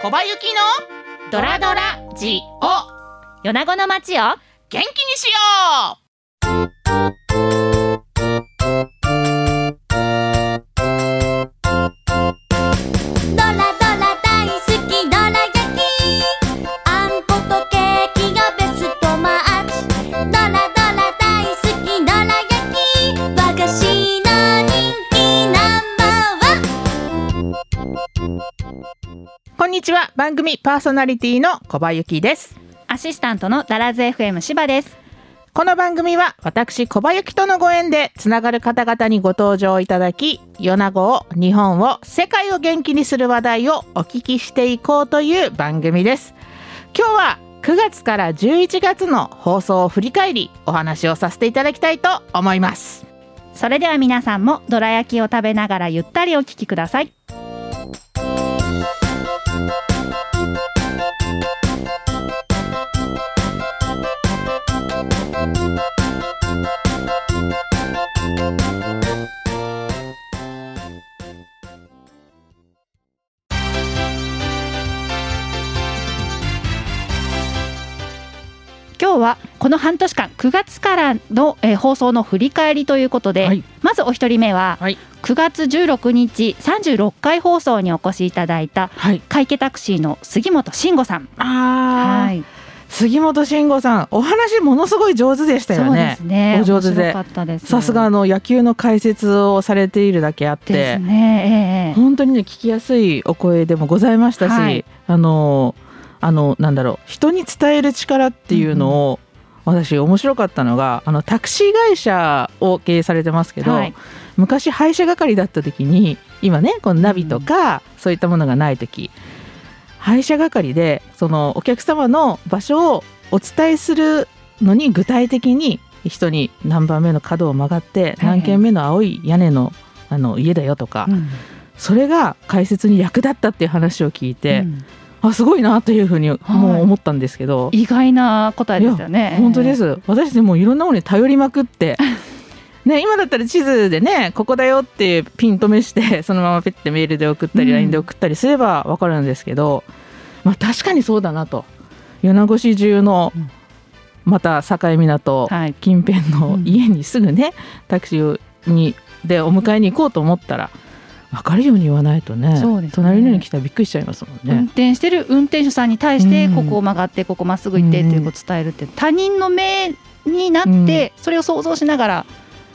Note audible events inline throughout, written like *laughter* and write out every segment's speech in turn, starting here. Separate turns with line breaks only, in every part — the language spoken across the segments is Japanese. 小林幸の
ドラドラジオ米子の街を
元気にしよ
ドラドラ大好きドラ焼きあんことケーキがベストマッチドラドラ大好きドラ焼き和菓子の人気ナンバーワン
うこんにちは番組パーソナリティの小林幸です
アシスタントのダラズ FM 芝です
この番組は私小林とのご縁でつながる方々にご登場いただき米子を日本を世界を元気にする話題をお聞きしていこうという番組です今日は9月から11月の放送を振り返りお話をさせていただきたいと思います
それでは皆さんもどら焼きを食べながらゆったりお聞きください今日はこの半年間9月からの、えー放送の振り返りということで、
はい
まずお一人目は
はい
9月16日36回放送にお越しいただいた
はい
会計タクシーの杉本慎吾さん。
あー、
はい、
杉本慎吾さんお話ものすごい上手でしたよ
そうで
ね
すね。
お上手で
面白かったです。
さすがあの野球の解説をされているだけあっ
で
て
すね。えええ
本当にね聞きやすいお声でもございましたし、
はい
あのあのなんだろう人に伝える力っていうのを、私面白かったのがあのタクシー会社を経営されてますけど、
はい
昔配車係だった時に今ねこのナビとか、そういったものがない時配車係でそのお客様の場所をお伝えするのに具体的に人に何番目の角を曲がって
はい
何軒目の青い屋根のあの家だよとか、
え
それが解説に役立ったっていう話を聞いて
う、ん
あすごいなというふうにもう思ったんですけど、
意外な答えですよね。
本当で
え
す、私でもいろんなものに頼りまくって
*laughs*
ね今だったら地図でねここだよってピン止めしてそのままペッてメールで送ったり
うん
LINE で送ったりすれば分かるんですけど、まあ確かにそうだなと米子市中の
うん
また境港、
え。はい。
近辺の
うん
家にすぐね、タクシーにでお迎えに行こうと思ったら分かるように言わないとね
そうですね
隣の家に来たらびっくりしちゃいますもん
運
ね。
転してる運転手さんに対して
うん
ここを曲がってここまっすぐ行ってっていうことを伝えるって他人の目になってそれを想像しながら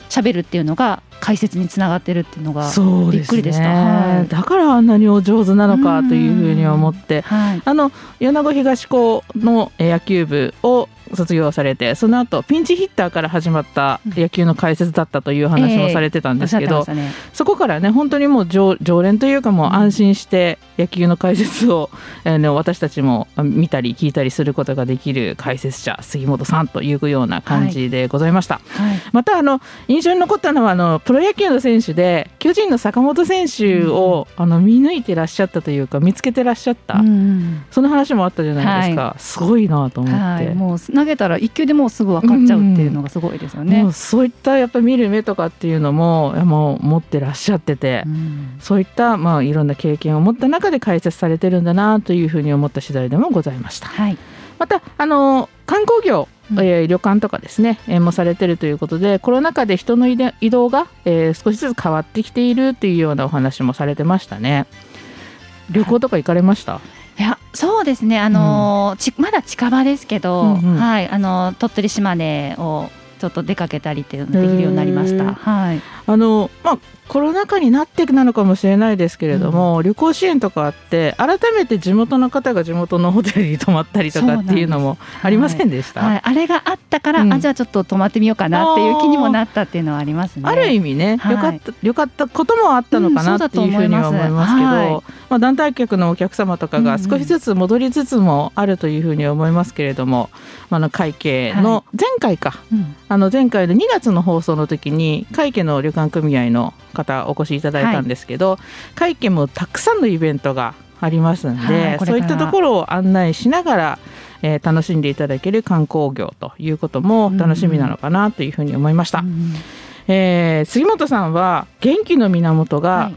喋るっていうのが解説につながってるっていうのが
そうですね
びっくりでしたはい
だからあんなにお上手なのかというふうに思って、
はい。
あの米子東高のえー野球部を卒業されてその後ピンチヒッターから始まった野球の解説だったという話もされてたん
お
で
っし
す
ゃっ
け
て
ど、
ましたね。
そこからね本当にもう常常連というかもう安心して野球の解説を、えーね、私たちもあ見たり聞いたりすることができる解説者杉本さんというような感じでございました、
はい。
またあの印象に残ったのはあのプロ野球の選手で巨人の坂本選手を、あの見抜いてらっしゃったというか見つけてらっしゃった、
うんうん
その話もあったじゃないですか、すごいなと思って、
はい、もう投げたら一球でもうすぐ分かっちゃうっていうのがすごいですよね。
もうそういったやっぱ見る目とかっていうのもいやもう持ってらっしゃってて、
うん
そういった、まあ、いろんな経験を持った中で解説されてるんだなというふうに思った次第でもございました。
はい、
またあの観光業、
うん
えー旅館とかですね、えーもされてるということでコロナ禍で人の移動移動が、えー少しずつ変わってきているというようなお話もされてましたね。旅行とか行かれました、
いやそうですね、あのーちまだ近場ですけど、
うんうん
はいあのー鳥取島根をちょっと出かけたりっていうのできるようになりまし
へ
た。
ー
はい、
あのまあ、コロナ禍になってなのかもしれないですけれども、旅行支援とかあって改めて地元の方が地元のホテルに泊まったりとかっていうのもありませんでした。
はい、あれがあったから、
うん
あじゃあちょっと泊まってみようかなっていう気にもなったっていうのはありますね。
ある意味ね、
はい
よかったよかったこともあったのか
うんそう
な
だ
って
と
いうふ
思
う
い
に
ます
は思いますけど、
はい
まあ、団体客のお客様とかが
うんうん
少しずつ戻りつつもあるというふうに思いますけれども、まああの会計の前回か、
うん
あの前回の2月の放送の時に会計の旅館組合の方お越しいただいたんですけど、会計もたくさんのイベントがありますんで、
はいこれから
そういったところを案内しながら、えー楽しんでいただける観光業ということも楽しみなのかなというふうに思いました。
うん
えー杉本さんは元気の源が
はい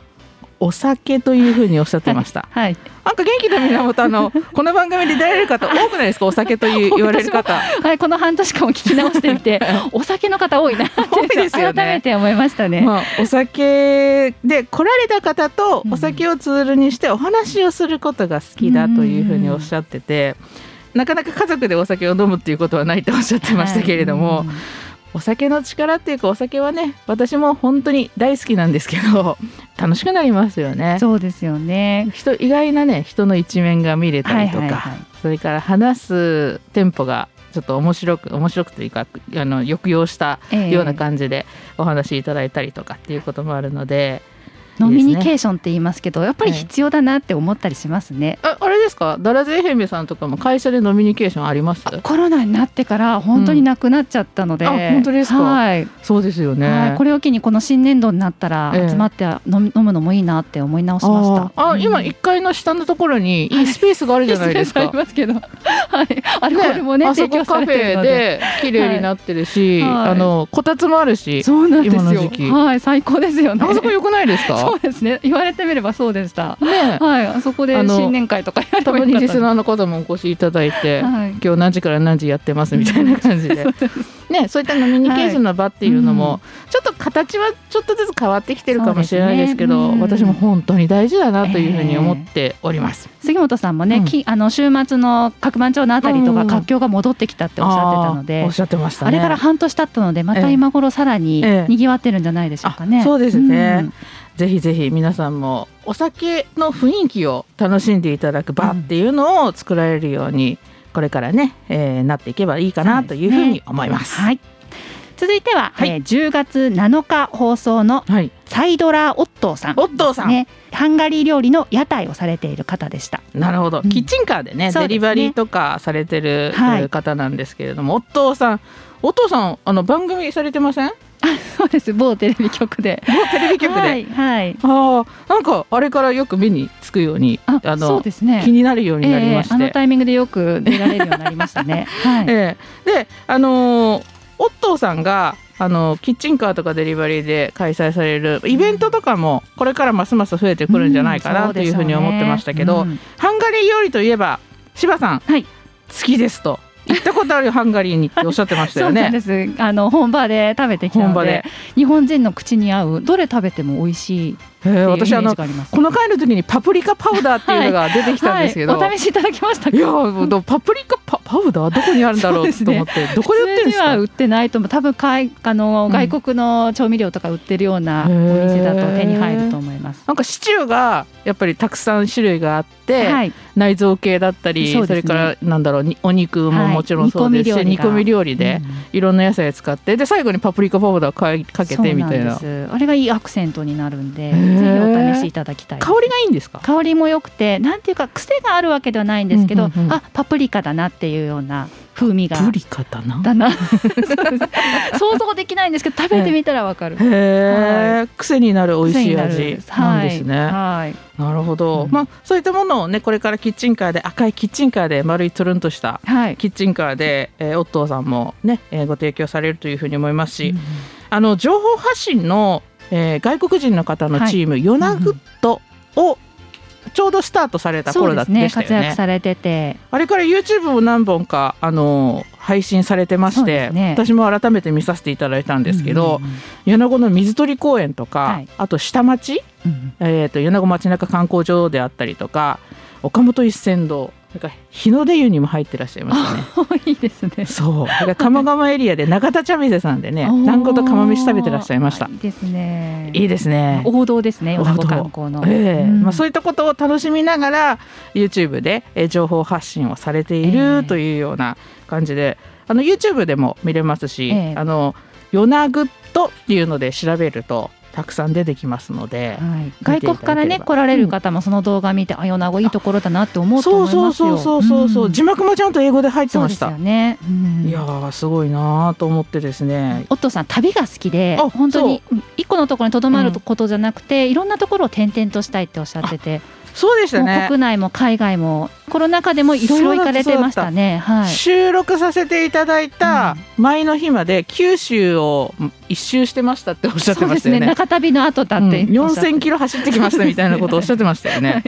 お酒というふうにおっしゃってま
*laughs*
した。
はい、
なんか元気の源あのこの番組で出られる方多くないですかお酒という言われる
*laughs*
方。
はい、この半年間を聞き直して
*laughs*
みてお酒の方多いなって
多いですよね
改めて思いましたね、
まあ、お酒で来られた方と
うん
お酒をツールにしてお話をすることが好きだというふうにおっしゃってて、なかなか家族でお酒を飲むっていうことはないとおっしゃってましたけれども、
はい
お酒の力っていうかお酒はね私も本当に大好きなんですけど楽しくなりますよ
う
ね
ん。そうですよね
人意外なね人の一面が見れたりとか、
はいはいはい
それから話すテンポがちょっと面白く面白くというかあの抑揚した
ええ
ような感じでお話しいただいたりとかっていうこともあるので、
ノミニケーションって言いますけどやっぱり必要だなって思ったりしますね、
ああれですかダラゼヘミさんとかも会社でノミニケーションあります
あコロナになってから本当になくなっちゃったので、
うんあ本当ですか
はい、
そうですよね。
はいこれを機にこの新年度になったら
ええ
集まって飲み飲むのもいいなって思い直しました
あーあ、今
い
1階の下のところにいいスペースがあるじゃないです
あ
か
り。ますけどはいアルコールもね
あそ
提
こ
供さ
カ
れ
フ
てる
ェ
ので
で綺麗になってるし、
はいはい
あのこたつもあるし、
そうなんです
今の時
よ
期
はい最高ですよね
あそこ良くないですか？
そうですね言われてみればそうでした
ね
はいあそこで
あの
新年会とかやれ
た
ば
ま
よか
に
った
リスナーの方もお越しいただいて、
はい
今日何時から何時やってますみたいな感じで
そうで
ね、そういったノミニケーションの場っていうのも、ちょっと形はちょっとずつ変わってきてるかもしれないですけど
そうですねうん
私も本当に大事だなというふうに思っております。
杉本さんもね、
うん
きあの週末の角番町のあたりと
う
か
ん
活況が戻ってきたっておっしゃってたの
あー
で
おっしゃってましたね
あれから半年経ったのでまた今頃さらに
ええ
賑わってるんじゃないでしょうかね。
あそうですねぜひぜひ皆さんもお酒の雰囲気を楽しんでいただく場っていうのを作られるようにこれからね、えーなっていけばいいかなというふうに思います。
はい。続いては、
はい
えー10月7日放送の
はい、
サイドラーオットーさん、
オットーさん
ね。ハンガリー料理の屋台をされている方でした。
なるほど、
うん
キッチンカーでね
そうですね
デリバリーとかされてる
はい
えー方なんですけれども、お父さんお父さんあの番組されてません
そうです。某テレビ局で。
テレビ局で、
はい、はい。
ああなんかあれからよく目につくように
あ、
の
そうですね。
気になるようになりまして、
ええあのタイミングでよく出られるようになりました
*laughs*
ね。はい。
ええであのーオットーさんがあのーキッチンカーとかデリバリーで開催されるイベントとかもこれからますます増えてくるんじゃないかなというふうに思ってましたけど、
うん
ハンガリー料理といえば柴さん、
はい
好きですと行ったことあるよハンガリーにっておっしゃってました
*laughs* そ
よ
うなん
ね。
です。あの本場で食べてきた
本
の
場で
で、、日本人の口に合うどれ食べても美味しいって
え
い
え
うイメ
私あ
ージ
の
があります。
この回の時にパプリカパウダーっていうのが出てきたんです
*laughs*
けど、
はい、お試しいただきましたか
いやもうパプリカパパウダーどこにあるんだろうと思
*laughs*
って、どこで売ってるんです
普通には
か
売ってないと思う多分かいあの、
うん
外国の調味料とか売ってるようなお店だと手に入ると思います。
なんかシチューがやっぱりたくさん種類があって、
はい、
内臓系だったり
そ
そ,、
うで
れ
すね
からなんだろうにお肉も
はい
もちろんそうですし、
煮
煮
込
込
み
み
料
料理で、いろんな野菜使ってで最後にパプリカパウダーかいかけてみたいな
そうなんですあれがいいアクセントになるんで、
へー
ぜひお試しいただきたいです
香りがいいんですか
香りも良くてなんていうか癖があるわけではないんですけど、
うんうんうん
あパプリカだなっていうような風味が
パプリカだな
だな *laughs* そうです想像できないんですけど食べてみたらわかる
へ。え、癖になる美味しい
癖に
味
る
なんですね、
はいはい
なるほど、
うん
まあそういったものをねこれからキッチンカーで赤いキッチンカーで丸いトゥルンとした
はい
キッチンカーで、えー、オットーさんもね、えーご提供されるというふうに思いますし、
うん
あの情報発信の、えー外国人の方のチーム、ヨナグッドをちょうどスタートされた
そ
頃
う
だ
で
っ
す
たでし
ね
たよ
活
ね
躍されてて
あれから YouTube を何本か、あのー配信されてまし
そうで
て、
すね
私も改めて見させていただいたんですけど、
うんうんうん
米子の水鳥公園とか、
はい
あと下町、
うん
えー、と米子町中観光所であったりとか岡本一仙堂なんか日の出湯にも入ってらっしゃいましたね。
いいですね。
そう、だから鴨川エリアで永田茶店さんでね、団子と釜飯食べてらっしゃいました
い。いですね。
いいですね。
王道ですね。
王
米
道
子観光の。
ええ
うん
まあ、そういったことを楽しみながら YouTube でえー情報発信をされてい
ええ
るというような感じで、あの YouTube でも見れますし、
ええ
あのヨナグッドっていうので調べるとたくさん出てきますので、
はい外国からね来られる方もその動画見て、あよなごいいところだなって思うと
そ
思
う
い
そ
ま
う
すよ。
そうそうそうそう、
ん
字幕もちゃんと英語で入って
そう
ま
で
し
す
た。
よね。うん
いやーすごいなーと思ってですね。
オットーさん旅が好きで
あ
本当にうん一個のところにとどまることじゃなくて、いろんなところを転々としたいっておっしゃってて
そうでした
もう
ね
国内も海外もコロナ禍でもいろいろ行かれてましたね。はい。
収録させていただいた前の日まで九州を一周してましたっておっしゃって
そう
ま
で
した
す
よね。
ね。中旅の後だって。
うん4000キロ走ってきましたみたいなことをおっしゃってましたよね。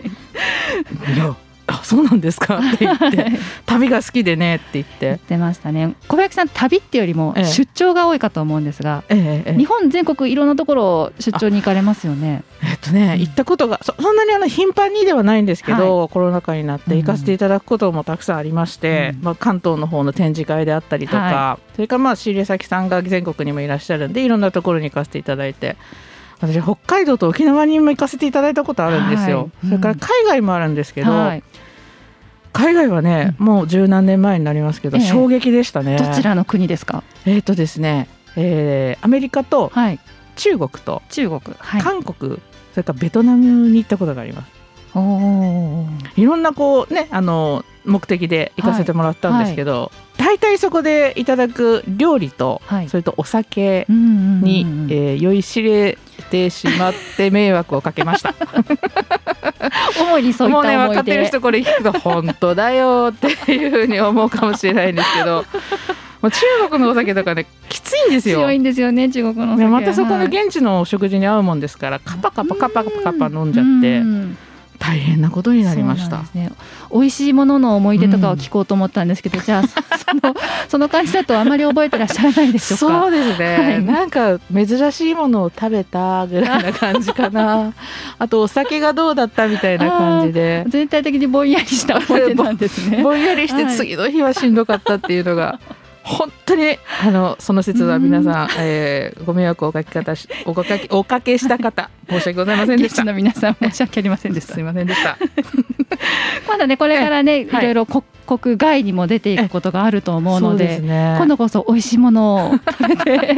いやあそうなんですかって言って旅が好きでねって言
言
っ
*laughs*
て
っ、てましたね小林さん旅ってよりも
ええ
出張が多いかと思うんですが、
ええええ
日本全国いろんなところを出張に行かれますよね
えっとね行ったことがそそんなにあの頻繁にではないんですけど、コロナ禍になって行かせていただくこともたくさんありまして、
うん
まあ、関東の方の展示会であったりとか、
は
それからまあ仕入れ先さんが全国にもいらっしゃるんでいろんなところに行かせていただいて私北海道と沖縄にも行かせていただいたことあるんですよ、
はいうん
それから海外もあるんですけど、
はい
海外はね、もう十何年前になりますけど、
ええ
衝撃でしたね。
どちらの国ですか
えっ、とですね、えーアメリカと
はい
中国と
中国はい
韓国、それからベトナムに行ったことがあります。
おお
いろんなこうねあの目的で行かせてもらったんですけど、大体そこでいただく料理と、
はい
それとお酒
うんうんうんうん
に、えー酔いしれてしまって迷惑をかけました。
主に *laughs* そうい
も
った思
う
い出
ね分かってる人これ聞くと本当だよっていうふうに思うかもしれないんですけ
*laughs*
どもう中国のお酒とかねきついんですよ。
強いんですよね中国のお酒
ねまたそこの
はい
現地のお食事に合うもんですからカパカパカパカパカパ飲んじゃ
う
って
ん
大変なことになりまし
そうな
た
んで。すね、美味しいものの思い出とかを聞こうと思ったんですけど、じゃあそそのその感じだとあまり覚えてらっしゃらないでしょうか
*laughs* そうですね、
はい
なんか珍しいものを食べたぐらいな感じか *laughs* なあとお酒がどうだったみたいな感じで
全体的にぼんやりした思い出なんですね。
ぼんやりして
はい
次の日はしんどかったっていうのが本当にあのその説は皆さん、えーご迷惑をおかけ方しおかけおかけした方申し訳ございませんで
現
した
地の皆さん申し訳ありませんでし
す
た
い。ませんでした
*laughs* まだねこれからねい
はい
ろいろこ国外にも出ていくことがあると思うので。
ね
今度こそ美味しいものを食べて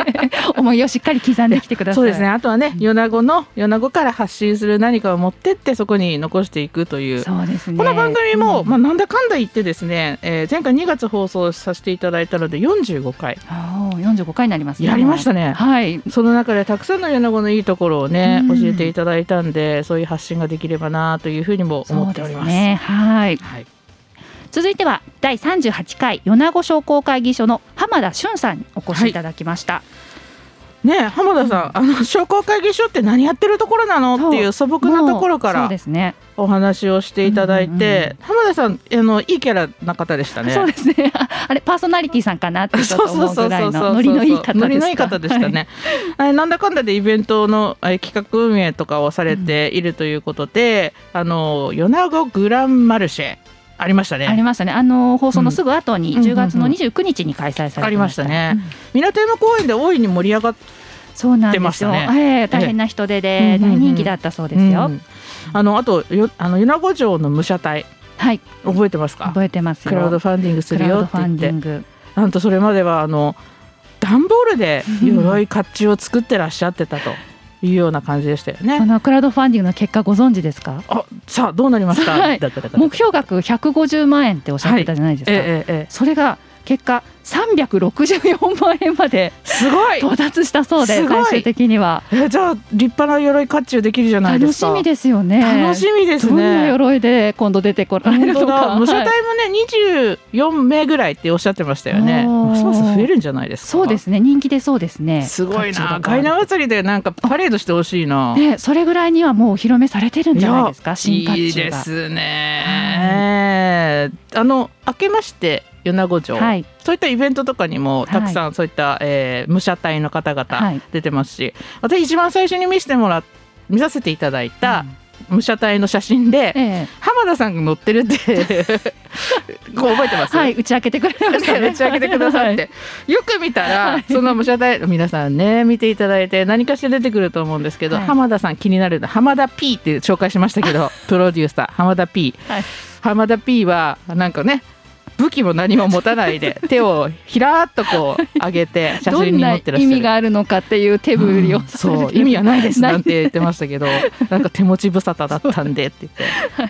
思い出をしっかり刻んできてください。
そうですね。あとはね、米子の米子から発信する何かを持ってってそこに残していくという。
そうですね。
この番組も、
うん
まあ、なんだかんだ言ってですね、えー前回2月放送させていただいたので45回
ああ、四十五回になりますね。
やりましたね。
はい。
その中でたくさんの米子のいいところをね、
うん
教えていただいたんでそういう発信ができればなというふうにも思っております。
そうですね。はい。
はい、
続いては第38回米子商工会議所の浜田俊さんにお越しいただきました、
ねえ浜田さん、あの商工会議所って何やってるところなのっていう素朴なところか
もうそう
ら
ですね
お話をしていただいて、
うんうんうん
浜田さんあのいいキャラな方でしたね。
そうですね。 *laughs* ああれパーソナリティさんかなってちょっと思うぐらいのノリのいい方ですか。
ノリのいい方でしたね。あれなんだかんだでイベントのえ企画運営とかをされているということで、あの米子グランマルシェありました
はい。あり
ね。
ましたね。あの放送のすぐ後に
うん
10月
う
の
んうん
29日に開催されて
ありましたね
うん。
ミラテーマ公園で大いに盛り上がっ
そうなん
出ま
で
し
す
た
よ。
ね
ええ大変な人出
ええ
で
うんうんう
大
ん
人気だったそう
た
ですよ。
うんあのあとよあの米子城の武者隊
はい、
覚えてますか？
覚えてますよ。
クラウドファンディングするよって
クラウドファ
言っ
ンデ
て
ィン、グ。
なんとそれまではあの段ボールで鎧甲冑を作ってらっしゃってたというような感じでしたよね。
そのクラウドファンディングの結果ご存知ですか？
あさあどうなりました、
はい
だっただった
目標額150万円っておっしゃってたじゃないですか。
ええええ、
それが結果364万円まです
ごい
到達したそうで、
すごい
最終的には
えじゃあ立派な鎧甲冑できるじゃないで
楽
す
し
か
みですよね。
楽しみです
どんな
ね
鎧で今度出てこられ
本
る
当
の
だ
か。
武者
はい
隊もね24名ぐらいっておっしゃってましたよね
おー
ますます増えるんじゃないですか
そうですね。人気でそうですね。
すごい
甲冑
な
だから
外南祭りでなんかパレードしてほしいな、
ね、それぐらいにはもうお披露目されてるんじゃないですか。新甲冑が。
いいですね、あの明けまして米子城、
はい。
そういったイベントとかにもたくさんそういった、えー武者隊の方
は
々
い
出てますし、私一番最初に見せてもら見させていただいた武者隊の写真で、
うんええ
浜田さんが乗ってるって
*laughs*
こう覚えてます、
はい、打ち明けてくれました
ね *laughs*
ね。
打ち上げてくださっ
は
て
い。
よく見たら、
はい
その武者隊皆さんね見ていただいて何かしら出てくると思うんですけど、
はい
浜田さん気になる浜田 P って紹介しましたけ
*laughs*
どプロデューサー浜田 P、
はい
浜田 P はなんかね武器も何も持たない
*laughs*
で手をひらーっとこう上げて写
ど
真
ん
に
な
持ってらっし
意
ゃる
味があるのかっていう手振りをされてる、
そう意味はないです
ない *laughs*
なんて言ってましたけどなんか手持ち無沙汰だったんでって言って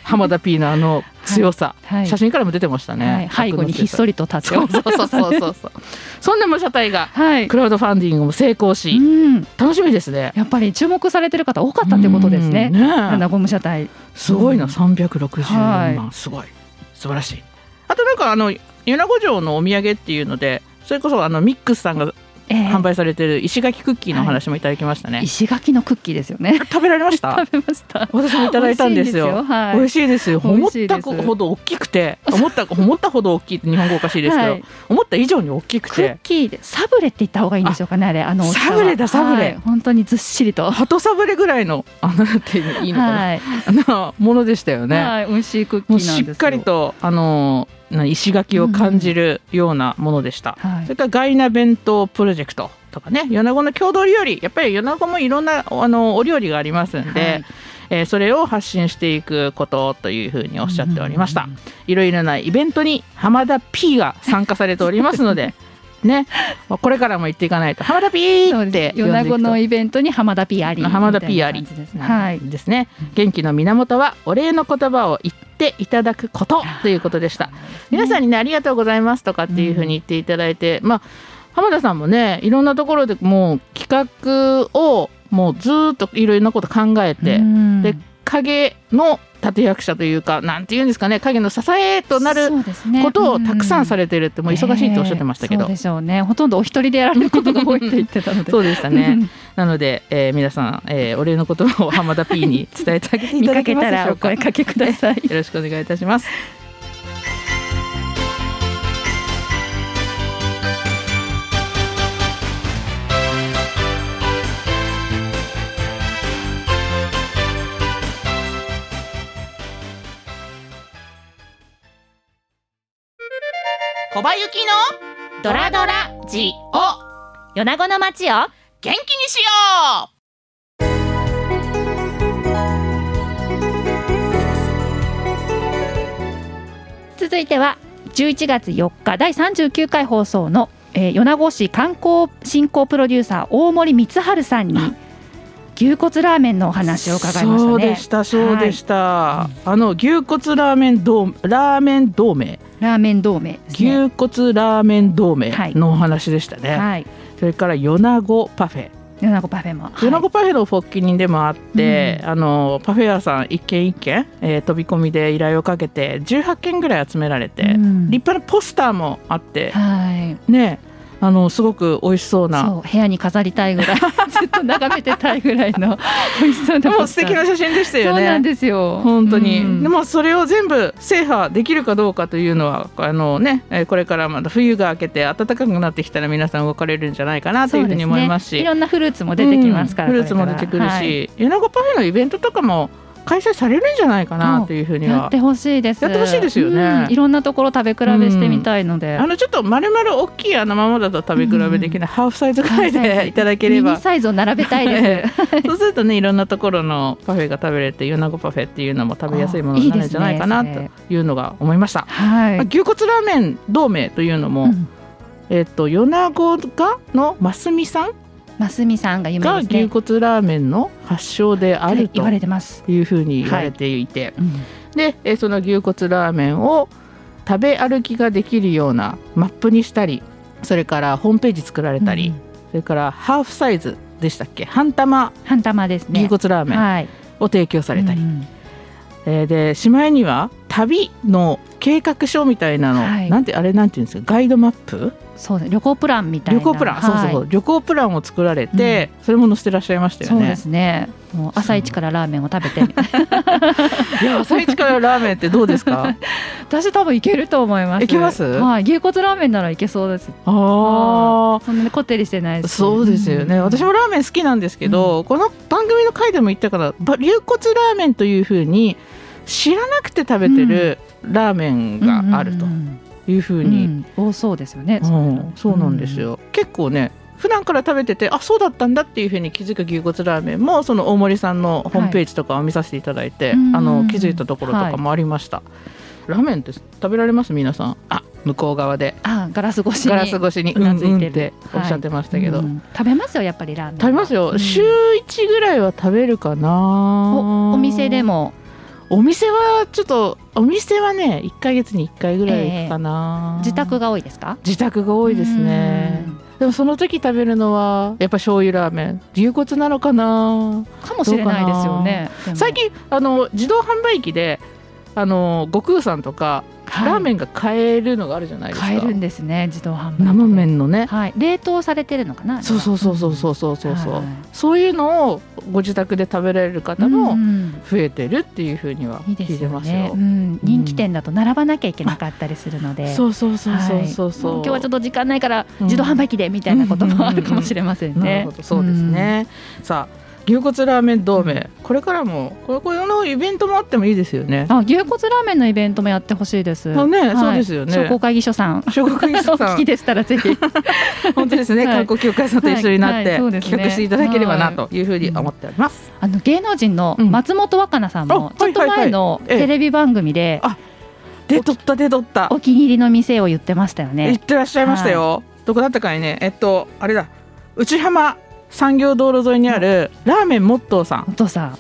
浜田 P のあの強さ、
はい
写真からも出てましたね、
はい背後にひっそ
り
りと立つ
そうそうそうそう
う。
そうそうそんな武者隊が
はい。
クラウドファンディングも成功
う
し、
ん。
楽しみですね
やっぱり注目されてる方多かったってことです
う
ね
ん。
アナゴムシャ隊。
すごいな、
うん
360万、
は
すごい素晴らしいあとなんかあの米子城のお土産っていうのでそれこそあのミックスさんが
ええ
販売されてる石垣クッキーのお話もいただきましたね、
石垣のクッキーですよね。
食べられました
食べました。
私もいただいたんですよ
美味しいんはい。
美味しいですよ
美
思
味
っ
しいで
た
す
ほど大きくて思った思ったほど大きいって日本語おかしいですけど、
はい
思った以上に大きく
クッ
て
キーでサブレって言った方がいいんでしょうかねあれあの大きさは
サブレだサブレ
はい本当にずっしりと。
鳩サブレぐらいのあのなんていいのかな、
はい。
あのものでしたよね、
はい美味しいクッキー
も
なん
う
ですよ
しっかり。とあのな石垣を感じるようなものでした、
はい
それ。からガイナ弁当プロジェクトとかね米子の郷土料理やっぱり米子もいろんなあのお料理がありますんで、
はい
えーそれを発信していくことというふうにおっしゃっておりました、
うんうん
いろいろなイベントに浜田 P が参加されておりますので
*laughs*
ねこれからも行っていかないと浜田 P
そう
っ
で
て
す
呼んで
米
いく
子
と
のイベントに浜田 P あり。
浜田 P あり
みたいな感じですねは
はいい。ですね元気の源はお礼の言葉を言っていただくことということでした皆さんにねありがとうございますとかっていうふうに言っていただいて、まあ浜田さんもねいろんなところでもう企画をもうずーっといろいろなこと考えて、
うん
で影の立役者というかなんていうんですかね影の支えとなる
そうですね
ことをたくさんされてるってもう忙しいっておっしゃってましたけど、
ええそうでしょうねほとんどお一人でやられることが多いって言ってたので
そうでしたね。なので、えー皆さん、えーお礼の言葉を浜田 P に伝えてあげて *laughs* い
*laughs* 見
た
か
だけ
け
ま
た
すでし
ら
ょ
お
うか。
声
よ
かけください
ろしくお願いいたします。小林幸の
ドラドラジオ米子の街を
元気にしよう
続いては11月4日第39回放送の、えー米子市観光振興プロデューサー大森光晴さんに牛骨ラーメンのお話を伺いましたね
そうでしたそうでした、あの牛骨ラーメン同ラーメン同盟、
ラーメン同盟ですね
牛骨ラーメン同盟
はい
のお話でしたね、
はい
それから米子パフェ
米子パフェもはい
米子パフェの発起人でもあって、あのパフェ屋さん一軒一軒、えー飛び込みで依頼をかけて18件ぐらい集められて、
うん
立派なポスターもあって、
はい
ねあのすごく美味しそうな
そう部屋に飾りたい
*laughs*
ぐらいずっと眺めてたいぐらいの美味しそう
で
な
も
ポ
素
スター
敵な写真でした
そ
よ
う
ね
なんですよ
本当に、
うん
でもそれを全部制覇できるかどうかというのはあの、ね、えーこれからまた冬が明けて暖かくなってきたら皆さん動かれるんじゃないかなというふうに思います
そう
し
でね、いろんなフルーツも出てきますから、
うんフルーツも
これ
出
から
てくるし、
はい
米子パフェのイベントとかも開催されるんじゃないかなというふうに
やっ
は
て。ほしいです
やってほしいですよね
うんいろんなところ食べ比べしてみたいので、
あのちょっと丸々大きいあのままだと食べ比べできない、ハーフサイズぐらい
ハーフサイ
で
*laughs* ズ
いただけ
ミ
れば
ニサイズを並べたいです
*laughs* そうするとねいろんなところのパフェが食べれて米子パフェっていうのも食べやすいものになるんじゃないかな
あいいですね
というのが思いました。
はい、
まあ牛骨ラーメン同盟というのも、
うん
えっと米子がのますみさん
ますみさんが有
が
名です
牛
ね
骨ラーメンの発祥である
言
と
われてます、
いうふうに言われていて、
うん
でえーその牛骨ラーメンを食べ歩きができるようなマップにしたりそれからホームページ作られたり、
うん
それからハーフサイズでしたっけ半玉
半玉ですね
牛骨ラーメン
はい
を提供されたり、
うん
えーでしまいには旅の計画書みたいなの、
はい
なんてあれなんていうんですかガイドマップ、
そうです旅行プランみたいな
旅行プラン、そうそうそ
は
う旅行プランを作られて、それも載せてらっしゃいました
い
よ
そうで
ね。
すねもう朝一からラーメンを食べて
いや朝一からラーメンってどうです
*laughs*
か？
私多分いけると思います
いけます
はい、牛骨ラーメンならいけそうです
ああ。
そんなにこってりしてないし
そうですよね、
うん
私もラーメン好きなんですけど、この番組の回でも言ったからば牛骨ラーメンというふうに知らなくて食べてるラーメンがあると
うんうん
いうふう
う
に、
んうん多そうですよね、
うんそうなんですよ、結構ね普段から食べててあそうだったんだっていうふうに気づく牛骨ラーメンもその大森さんのホームページとかを見させていただいて、
うん
あの気づいたところとかもありました、ラーメンって食べられます皆さんあ向こう側で
あガラス越しに
ガラス越しに
う
う
なんずいて
う
る
んっておっしゃってましたけど、
うん食べますよやっぱりラーメンは
食べますよ、
うん
週1ぐらいは食べるかな
おお店でも
お店はちょっとお店はね1か月に1回ぐらい行くかな、
自宅が多いですか
自宅が多いですねでもその時食べるのはやっぱ醤油ラーメン牛骨なのかな
うんかもしれないですよねでも
最近あの自動販売機であの悟空さんとか、
はい
ラーメンが買えるのがあるじゃないですか
買えるんですね自動販売機で
生麺のね
はい冷凍されてるのかな
そうそうそうそうそううそうそうそう、
はい
そういうのをご自宅で食べられる方
う
も
ん
増えてるっていうふうにはい
いで
聞い
す
て
よ
ますよ
ね、うん、人気店だと並ばなきゃいけなかったりするので、
そうそうそうそうそう
はい
そう、
も今日はちょっと時間ないから
うん
自動販売機でみたいなこともあるかもしれませ
な
ん
る
ね
ほ。どそうですね、さあ牛骨ラーメン同盟、これからもこれこれのイベントもあってもいいですよね
うん。あ、牛骨ラーメンのイベントもやってほしいです。
あね
はい
そうですよね
商工会議所さん。
諸国技
お
術さん
*laughs* 聞きでしたらぜ
*laughs*
ひ。
本当ですね、
はい
観光協会さんと一緒になっ
は
て
いそうですね
企画していただければなというふうに思っております、
あの芸能人の
うん
松本若菜さんも
あ
ちょっと
はいはいは
前
い
の
ええ
テレビ番組で
あでとったでとった
お気に入りの店を言ってましたよ
行っ
ね。
てらっしゃいましたよ、どこだったかいねえっとあれだ内浜産業道路沿いにあるラーメンモットーさん
お父さ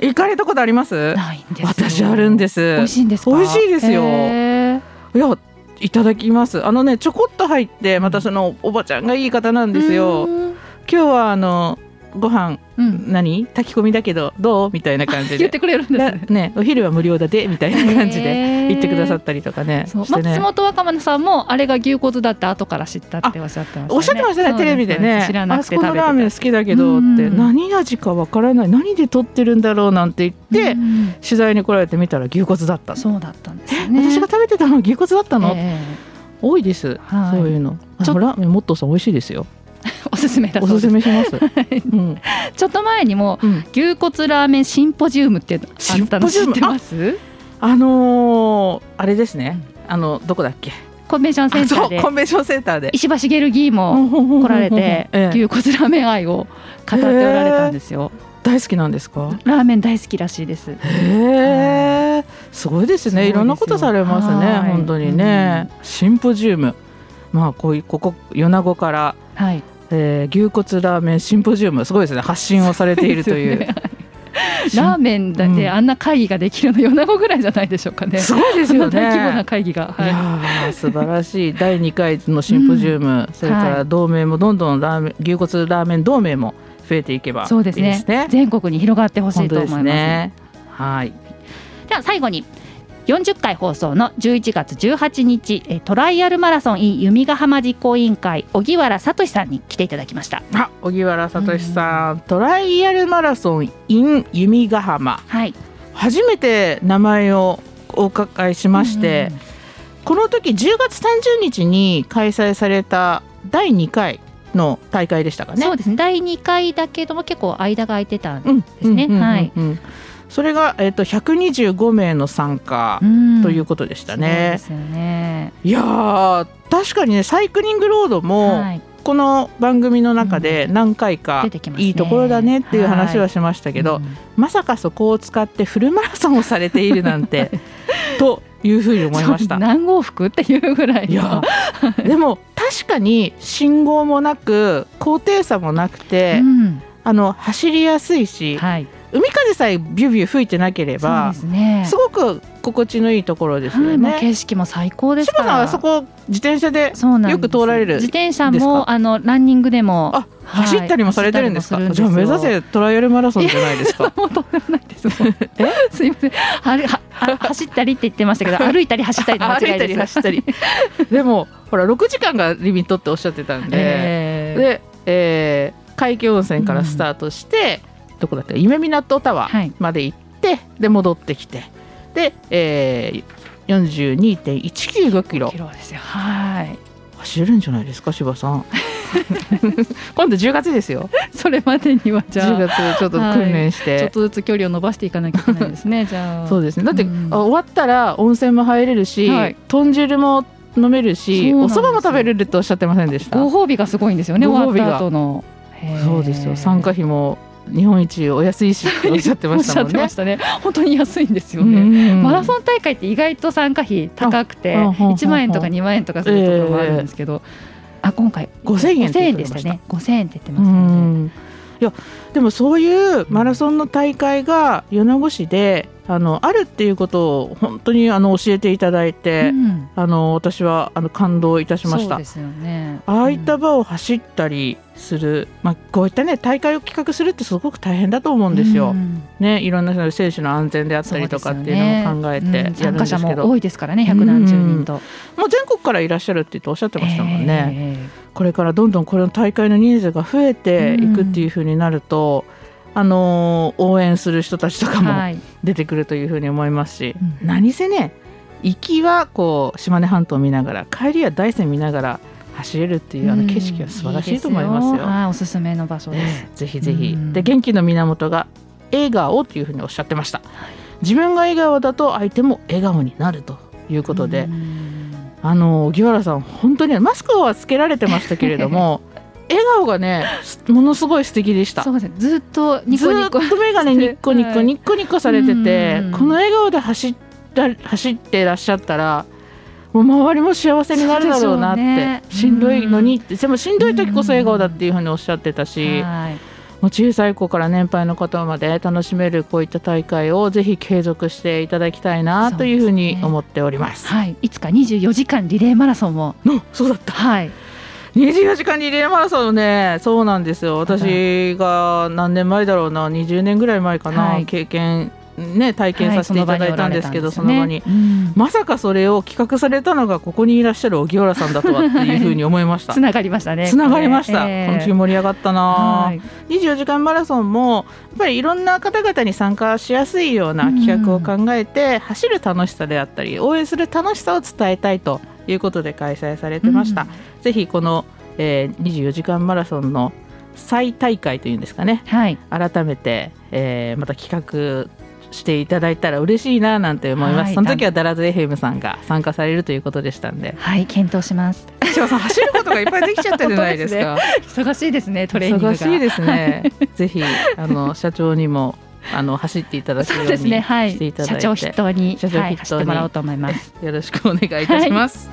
行かれたことあります
んないんですよ。。
私あるんですす
美味しいんですか。
美味しいですよ
へー
いやいただきますあのねちょこっと入ってまたそのおばちゃんがいい方なんですよ、
うん
今日はあのご飯
うん。
何炊き込みだけどどうみたいな感じで
*laughs* 言ってくれるんです
だ
ね。
ねお昼は無料だでみたいな感じで
で
言ってくださったりとかね
そう
してね
松本若菜さんもあれが牛骨だって後から知ったっておっしゃってましたね。
おっしゃってました
そ
ね
う
テレビです
そうす
ね
知らな
あ
く
そ
て
こ
食べ
の
て
ラーメン好きだけどっ
うんう
て
ん
何味かわからない何で撮ってるんだろうなんて言って、
うん
取材に来られてみたら牛骨だったの、
そうだったんですよね。
私が食べてたの牛骨だったの、
ええ
多いです、
はい
そういうの
ち
ち
ょ
ょラーメンもっとさん美味しいですよ
おすすめだそ
お
うです
すすめします、
*laughs*
うん
ちょっと前にも
うん、
牛骨ラーメンシンポジウムっていうのあったの知
シン
っ
ポジ
て
ウムあ
ます？
あのー、あれですねあのどこだっけ
コンベンションセ
あ
ンタ
そ
ー
う
で
コンベンションセンターで
石破茂議員も来
来
られて牛骨ラーメン愛を語っておられたんですよ。
大好きなんですか
ラーメン大好きらしいです。
へえすごいです
すごいです
ね
よ
いろんなことされますね
はい
本当にね、シンポジウムまあこういうここ米子から、
はい。
えー牛骨ラーメンシンポジウムすごいですね発信をされているという
ですよね *laughs* ラーメンだってあんな会議ができるの米子
*laughs*
ぐらいじゃないでしょうかね。
すごいです
そんな
よね
大規模な会議が。
い
はい。
やー素晴らしい第2回のシンポジウム、それか
は
ら同盟もどんどんラーメン牛骨ラーメン同盟も増えていけばいい
そうですね全国に広がってほしい
本
と
当
思い
で
ますす。
ねはい
では最後に40回放送の11月18日えートライアルマラソン in 弓ヶ浜実行委員会荻原聡さんに来ていただきました。
あ小木原聡さん、トライアルマラソン in 弓ヶ浜
はい。
初めて名前をお伺いしまして、この時10月30日に開催された第2回の大会でしたか
うん、そう
ね。
ですね。第2回だけども結構間が空いてたんで
うん
すねはい。
うんうんうんそれが、えっと125名の参加という
こ
ことでし
と
たね
で。すよね。
いやー確かにねサイクリングロードも、
はい。
この番組の中で何回か、
出てきますね
いいところだねっていう話はしましたけど、
うん
まさかそこを使ってフルマラソンをされているなん
*laughs*
てというふうに思いました
そう。何往復っていうぐらいの。
いや *laughs* でも確かに信号もなく高低差もなくて、
うん
あの走りやすいし、
はい。
海風さえビュービュー吹いてなけれ
そう
ば,、
ですすね。
ごく心地のいいところです
は
よ
い。もう
ね。
景色も最高です
志
か
保
ら。
さんはそこ自転車で
そうなんです
よく通られる
自転車
ですか
もあのランニングでも
あ走ったりもされてるんですか、
はい
じゃあ目指
走ったりもするんです
せトライアルマラソンじゃないですか。
*laughs* もうとんでもないで
*laughs*
すもん *laughs* すいませんはるはは走ったりって言ってまし
*laughs*
たけど歩いたり走ったりの間
歩い
違
た
いです
り走ったりでもほら6時間がリミットっておっしゃってたんで、
えー
で、えー、海峡温泉からスタートして、どこだっけ夢港タワ
はい
ーまで行って、で戻ってきてで、えー、42.195キロ
キロですよはい
走れるんじゃないですか柴
*laughs*
さん今度10月ですよ
それまでにはじ
10
ゃあ
月ちょっと訓練して、
ちょっとずつ距離を伸ばしていかなきゃいけないですねじゃあ
そうですねだって、
うん
あ終わったら温泉も入れるし、
はい
豚汁も飲めるし
そうなん
お
で
蕎麦
すよ
も食べれるっておっしゃってませんでした
ご褒美がすごいんですよね
ご
終
褒
わっ
美が
た後のへー
そうですよ参加費も日本一お安いしっておっしゃってま
おっ
し
しゃ
た
っ
もん
て
ね
まし。たね本当に安いんですよ
うん
ね
うんうん
マラソン大会って意外と参加費高くて
ああほうほうほう
1万円とか2万円とかするところもあるんですけどあ今回
5000円って
5000
言っ
円
て
で
ま
し
したた
ね5000円って言ってま
う
すので
んいやでもそういうマラソンの大会が米子市であのあるっていうことを本当にあの教えていただいて、
うん
あの私はあの感動いたしまし
そう
た
で。すよね。
ああいった
うん
場を走ったりする、まあ、こういったね大会を企画するってすごく大変だと思うんですよ。
うん
ね、いろんなその選手の安全であったりとかっていうのを考えてやるんですけ
参
ど、
加者も多いですからね、百何十人と。
もう全国からいらっしゃるって言っておっしゃってましたもんね、
え
これからどんどんこの大会の人数が増えていくっていうふうになると、あのー応援する人たちとか
え。
も
はい。
出てくるというふうに思いますし、
うん
何せね行きはこう島根半島を見ながら帰りは大山見ながら走れるっていうあの景色は素晴らしいと思いますよ。
うんではいおすすめの場所です。
ねぜひぜひ、
うん
で元気の源が笑顔というふうにおっしゃってました、自分が笑顔だと相手も笑顔になるということで、
うん
あの荻原さん本当にマスクはつけられてましたけれど
*laughs*
も笑顔がねすものすごい素敵でした
そうですね。ずっとニコニコ
ずっと眼鏡ニッコニッコ
はい
ニッコニッコされてて、
うん
この笑顔で走った走ってらっしゃったらもう周りも幸せになるだろうなってし,、
そうでしょうね
んどいのにってでもしんどい時こそ笑顔だっていうふうにおっしゃってたし、
はい
もう小さい子から年配の方まで楽しめるこういった大会をぜひ継続していただきたいなというふうに思っております。
はい。いつか24時間リレーマラソンも。
のそうだった
はい。
24時間リレーマラソンねそうなんですよ私が何年前だろうな20年ぐらい前かな、
はい
経験ね体験させていただいたんですけど、その場に。
に
まさかそれを企画されたのがここにいらっしゃる荻原さんだとはっていうふうに思いました
つ。ながりましたね。
*laughs* つながりました、
ええ
この日盛り上がったな、
はい
24時間マラソンもやっぱりいろんな方々に参加しやすいような企画を考えて、走る楽しさであったり応援する楽しさを伝えたいということで開催されてました、ぜひこの、えー24時間マラソンの再大会というんですかね
はい。
改めて、えーまた企画していただいたら嬉しいななんて思います、
はい
その時はダラズエヘムさんが参加されるということでしたん
*laughs*
で
はい、検討します。
千葉さん走ることがいっぱいできちゃったじゃないですか
忙しいですね、トレーニングが。
忙しいですねぜひあの社長にもあの走っていただくよ
そうう
に
ですね、はい。
していただい
社
て、
長筆頭に、
社長筆頭に
はい、走ってもらおうと思います。
よろしくお願いいたします、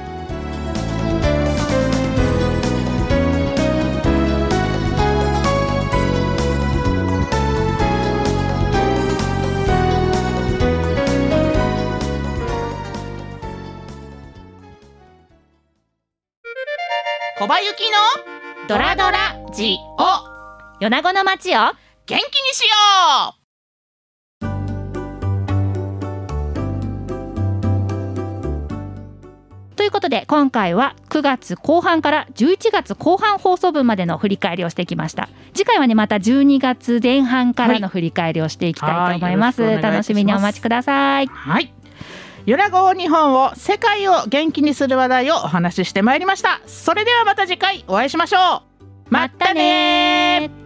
小林幸の
ドラドラジオ米子の街を
元気にしよう
ということで、今回は9月後半から11月後半放送分までの振り返りをしてきました。次回はね、また12月前半からの振り返りをしていきたいと思います。
はいはいよろしくお願いいたします
楽しみにお待ちください。
はい。ヨナゴ日本を世界を元気にする話題をお話ししてまいりました。それではまた次回お会いしましょう。まったね
またねー